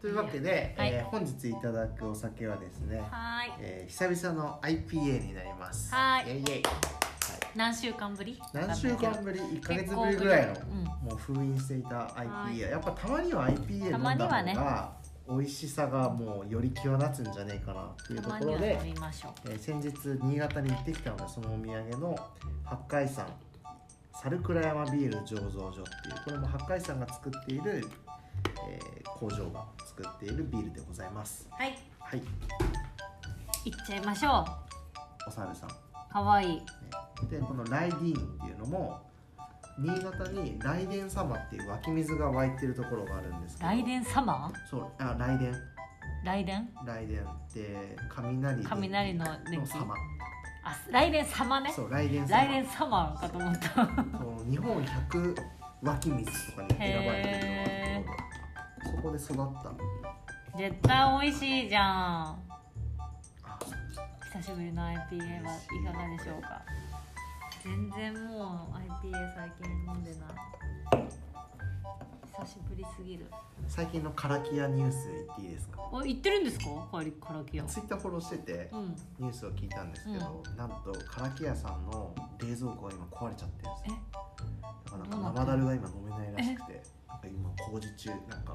というわけで、はいえー本日いただくお酒はですね、はーいえー久々の IPA になりますはイーいエイイエイ何週間ぶり何週間ぶり1か月ぶりぐらいの、もう封印していたは IPA いやっぱたまには IPA 飲んだたまにはね方が美味しさがもうより際立つんじゃねえかなっていうたとまこにろはで飲、みましょうえー先日新潟に行ってきたのでそのお土産の八海山猿倉山ビール醸造所っていうこれも八海山が作っている、えー工場が作っているビールでございますはいはいいっちゃいましょうお猿さんかわいいでこのライディーンっていうのも新潟に雷電様っていう湧き水が湧いてるところがあるんですけど雷電様そうあ雷電雷電雷電って雷で雷の電の気様あ雷電様ねそう雷電様雷電様かと思ったその日本百湧き水とかに選ばれてるへのがあってそこで育った絶対美味しいじゃんあ久しぶりの IPA はいかがでしょうか全然もう IPA 最近飲んでない久しぶりすぎる最近のカラキアニュース言っていいですかお行ってるんですかカリカラキアツイッターフォローしててうんニュースを聞いたんですけど、なんとカラキアさんの冷蔵庫が今壊れちゃってるんですよだからなんか生だるが今飲めないらしくてなんか今工事中なんか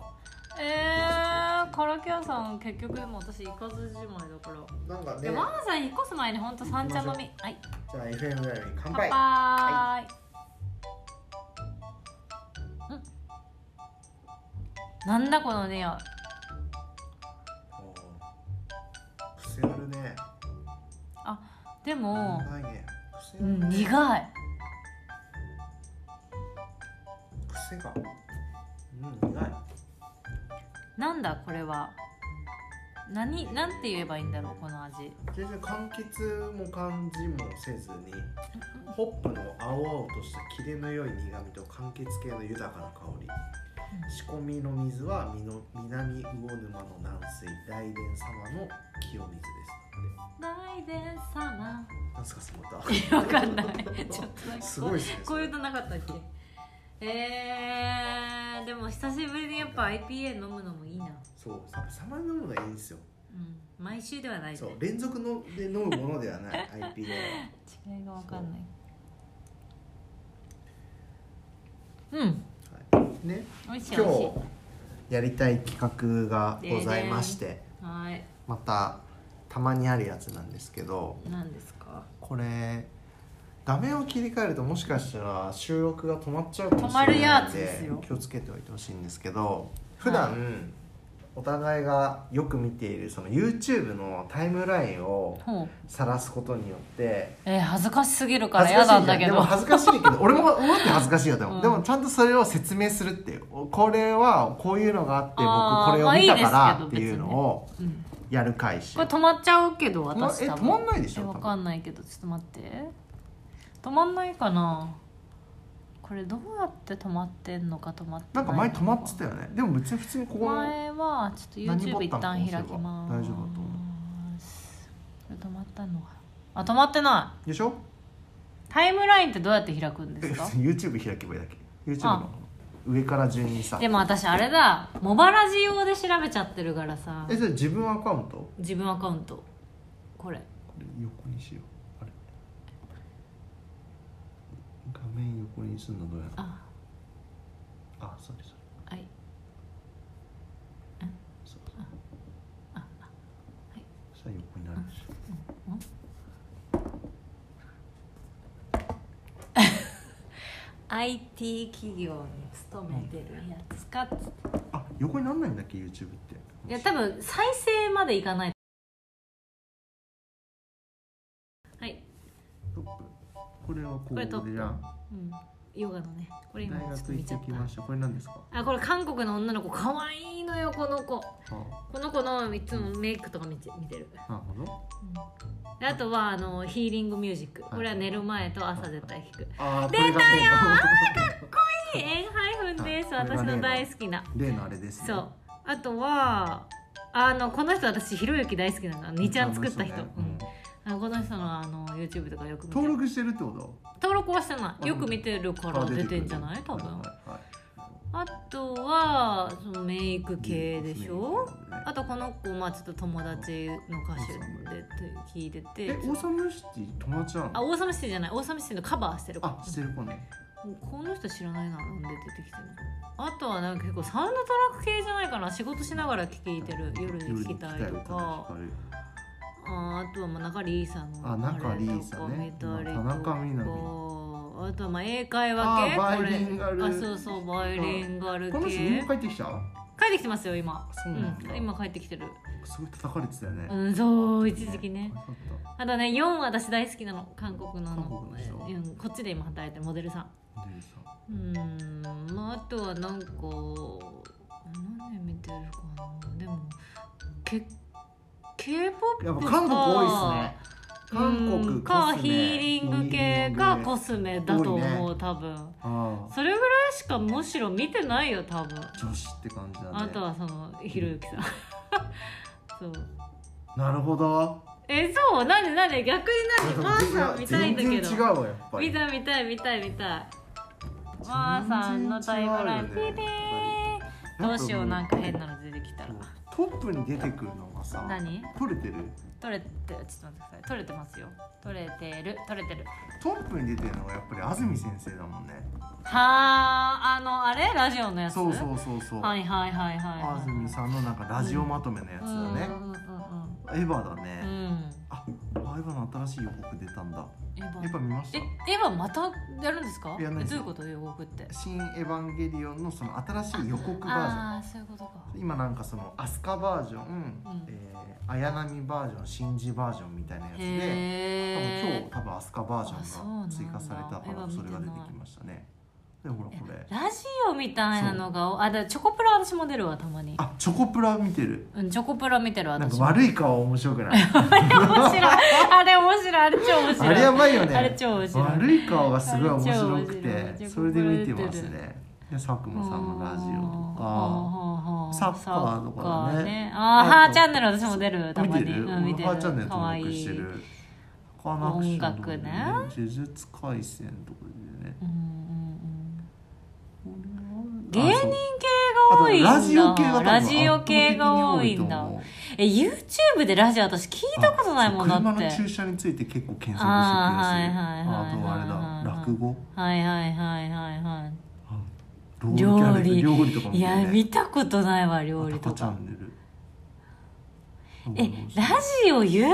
えー、カラキアさん結局でも私行かずじまいだから、なんかでねマーさん引っ越す前に本当三茶飲みはいじゃあ FM ライブに乾乾杯杯、はうんなんだこの匂いおー癖あるねでも、苦いね癖あうるん、ね苦い癖がうん苦いなんだこれは何なんて言えばいいんだろうこの味全然柑橘も感じもせずにホップの青々としたキレの良い苦みと柑橘系の豊かな香り仕込みの水はみの南魚沼の軟水大殿様の清水です大伝様なんすかその歌わかんない ちょっとなんかすごいですねこういう歌なかったっけえー、でも久しぶりにやっぱ IPA 飲むのもいいな、そうささまに飲むのはいいんですようん、毎週ではないねそう連続ので飲むものではない IPA 違いがわかんないうんはいね美味しい美今味しい日やりたい企画がございましてはいまたたまにあるやつなんですけど何ですかこれ画面を切り替えるともしかしたら収録が止まっちゃうかもし止まるれないやのつですでよ気をつけておいてほしいんですけど普段、はお互いがよく見ているその YouTube のタイムラインをほう晒すことによってえー、恥ずかしすぎるから恥ず嫌かしいなんじゃだんけでども恥ずかしいけど俺も思って恥ずかしいよでも、うんでもちゃんとそれを説明するっていうおこれはこういうのがああーって僕これを見たからっていうのをうんやる回しこれ止まっちゃうけど私え多止分まんないでしえょわかんないけどちょっと待って止まんないかなこれどうやって止まってんのか止まってなんか前止まってたよよねでも別に普通にここの前はちょっと何ボ YouTube 一タン旦押せば開きます大丈夫だと思これ止まったのかあ止まってなでしょいタイムラインってどうやって開くんですか YouTube 開けばいいだけ YouTube あの上から順にさでも私あれだモバラジ用で調べちゃってるからさえそれ自分アカウント自分アカウントこれこれ横にしようあれ画面横にすんのどうやろうああそれそれはいそうそうそしたら横になるでしょあ IT 企業に勤めてるやつかっつってあ横になんないんだっけ YouTube っていや多分再生までいかないはい、ストップこれはこうこれトップでじゃあうん、ヨガのねこれ大今ちょ学っと行見っちてゃっきましたこれ何ですかたあこれ韓国の女の子かわいいのよこの子あこの子のいつもメイクとか見て見てる、なるほどうんであとはあのヒーリングミュージックこれは寝る前と朝絶対聴くあーこれが例の「エンハイフンですはいこれ私がねの大好きな」 例のあれですねそうあとはあのこの人私ひろゆき大好きなの2ちゃん作った人、ねうんあこの人のあの YouTube とかよく見てる登録してるってこと登録はしてないあよく見てるからあ出出てくてるんじゃない多分はいはいはいあとはそのメイク系でしょ、ねあとこの子まあちょっと友達の歌手でって聞いてえてオーサムシティ友達なあのオーサムシティじゃないオーサムシティのカバーしてる子あしてる子ねもうこの人知らないななんで出てきてるのあとはなんか結構サウンドトラック系じゃないかな仕事しながら聴いてる夜に聴きたいとか夜に聞きたいああとはまあ中里依紗のあ中里依紗あねれとか見たりまあ田と中みな実かあとはまあ英会話系あーバイリンガルこれあそうそうバイリンガルこの人日系本帰ってきたあ帰ってきてますよ今そううなんだ、ん今帰ってきてるすごい叩かれてたよね、うんそう一時期ねかわいそうだっあとね4私大好きなの韓国の韓あの国の人うんこっちで今働いてるモデルさんたモデルさんうーんまああとはなんか何見てるかなでもけ k p o p やっかぱ韓国多いっすね韓う国んかコスメヒーリング系かコススメだと思う、多多分ああそれぐらいしかむしろ見てないよ多分女子って感じだねあとはそのひろゆきさん そうなるほどえそうなんでなんで逆に何マーさん見たいんだけ全ど然違うわやっぱり見た見たい見たい見たいまーさんのタイムライン全然違うよねピーピーどうしようなんか変なの出てきたらトップに出てくるのがさ何取れてる取れてちょっと待ってください取れてますよ取れてる取れてるトップに出てるのがやっぱり安住先生だもんねはああのあれラジオのやつそうそうそうそう、はいはいはいはい安住さんのなんかラジオまとめのやつだねう、んうんうんエヴァだねう、んうんああエヴァの新しい予告出たんだエヴエヴァァ見ましえたエヴァまたやるんですかえやらなどいうですいうこと予告って新エヴァンゲリオンのその新しい予告バージョンああそういうことか今なんかそのアスカバージョン、んえー綾波バージョンシンジバージョンみたいなやつで多へ分え今日多分アスカバージあそうョンなんがだ追加されたかエヴァら見てそないれが出てきましたねでほらこれラジオみたいなのがあだからチョコプラ私も出るわたまにあチョコプラ見てるうんチョコプラ見てるなん私かも悪い顔面白く ない面白いあれ面白いあれ超面白いあれやばいよねあれ超面白い悪い顔がすごい面白くあれ超面白ていそれで見てますチョコプラねで佐久間さんのラジオとかあサッカーとかねああーとハーチャンネル私も出るたま見にてるうん見て俺ハーチャンネるルか登わ録いしている他のアクションとか音楽ね呪術廻戦とかでねうんうんうんあそう芸人系が多いんだあとラジオ系が多分ラジオ系が多いん圧だ倒的に多いと思うえ YouTube でラジオ私聞いたことないもんだって車の駐車について結構検索してくださいああーはいはいはいはいとあれだ落語はいはいはいはいはいあ料キャ理レ料理とかもいや見てたことないわ料理とチャかンネルえラジオ YouTube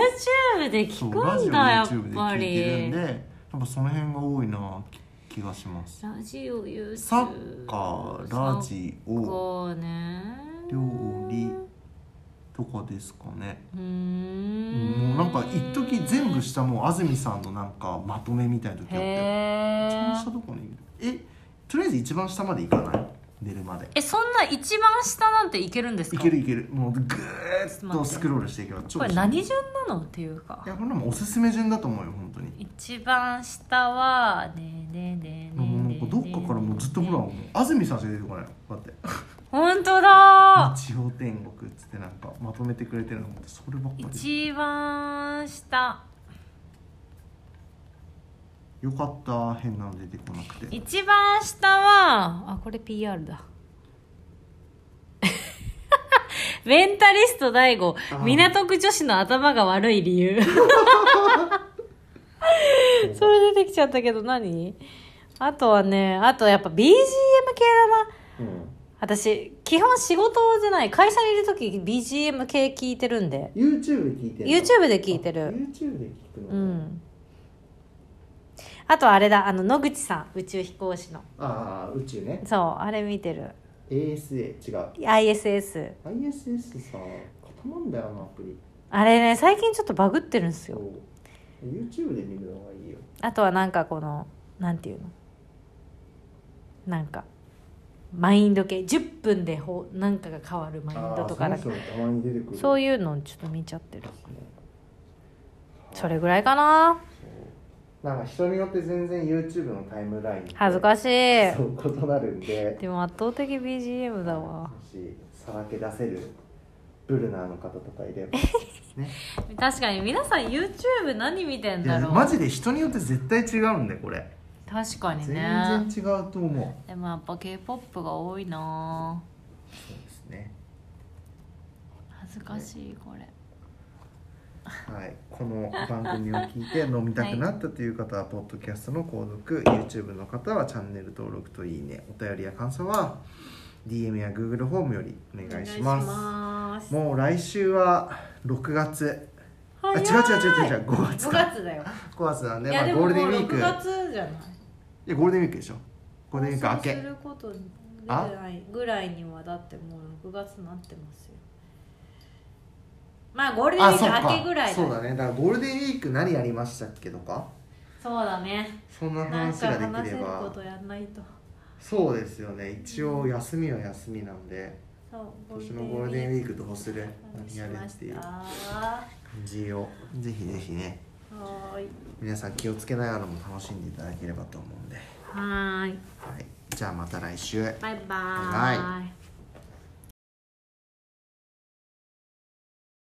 でそ聞うラジオくんだやっ YouTube でぱ聞いてるんでりやっぱその辺が多いな気気がしますラジオ YouTube サッカーラジオこうね料理とかですかねうーうんんもうなんか一時全部したもう安住さんのなんかまとめみたいな時あったよへ一番ー下どこにいるえとりあえず一番下まで行かない寝るまでえそんな一番下なんていけるんですいかけるいけるもうぐーっとスクロールしていけば超これ何順なのっていうかいやこれもおすすめ順だと思うよ本当に一番下はねえねえねえねえもうなんかどっかからもうずっとほらもう安住さんしか出てこないこうやって本当「だ日曜天国」っつってなんかまとめてくれてるのもそればっかり一番下よかった変なの出てこなくて一番下はあこれ PR だ メンタリスト大悟あー港区女子の頭が悪い理由それ出てきちゃったけど何あとはねあとやっぱ BGM 系だなうん私基本仕事じゃない会社にいる時 BGM 系聞いてるんで YouTube 聞いて YouTube で聞いてる YouTube で聞くのうんあとあれだあの野口さん宇宙飛行士のああ宇宙ねそうあれ見てる ASA 違う ISS ISS さ固まんだよなアプリあれね最近ちょっとバグってるんですよ YouTube で見るのがいいよあとはなんかこのなんていうのなんかマインド系10分でほなんかが変わるマインドとかなんかの人もたまに出てくそういいうのちょっと見ちゃってるそれれぐらいかななんか人によって全然 YouTube のタイムラインって恥ずかしいでそう異なるんでも圧倒的 BGM だわもしさらけ出せるブルナーの方とかいればね確かに皆さん YouTube 何見てんいだやろうマジで人によって絶対違うんでこれ確かに全ね然違うと思うでもやっぱ k p o p が多いなそうですね恥ずかしいこれはい、この番組を聞いて飲みたくなったという方は、ポッドキャストの購読 YouTube の方はチャンネル登録といいねお便りや感想は DM や Google ホームよりお願いしますますもう来週は6月あ違う違う違う違う5月5だ月だよ5月なんでいやまであ、もゴもーうルデンウィーク6いや月じゃないゴールデンウィークでしょゴールデンウィーク明そうすけること出てないぐらいにはだってもう6月になってますよまあゴールデンウィあそっーク明けかぐらいだそうよだねだからゴールデンウィーク何やりましたっけとかそうだねそんななん話かが話できせれるこばとやんないとそうですよね一応休みは休みなんで、そう今年のゴールデンウィークどうする何何しやるまっしていうた感はじをぜひぜひねーい皆さん気をつけながらも楽しんでいただければと思うんで、ははーいい、じゃあまた来週バイバーはイ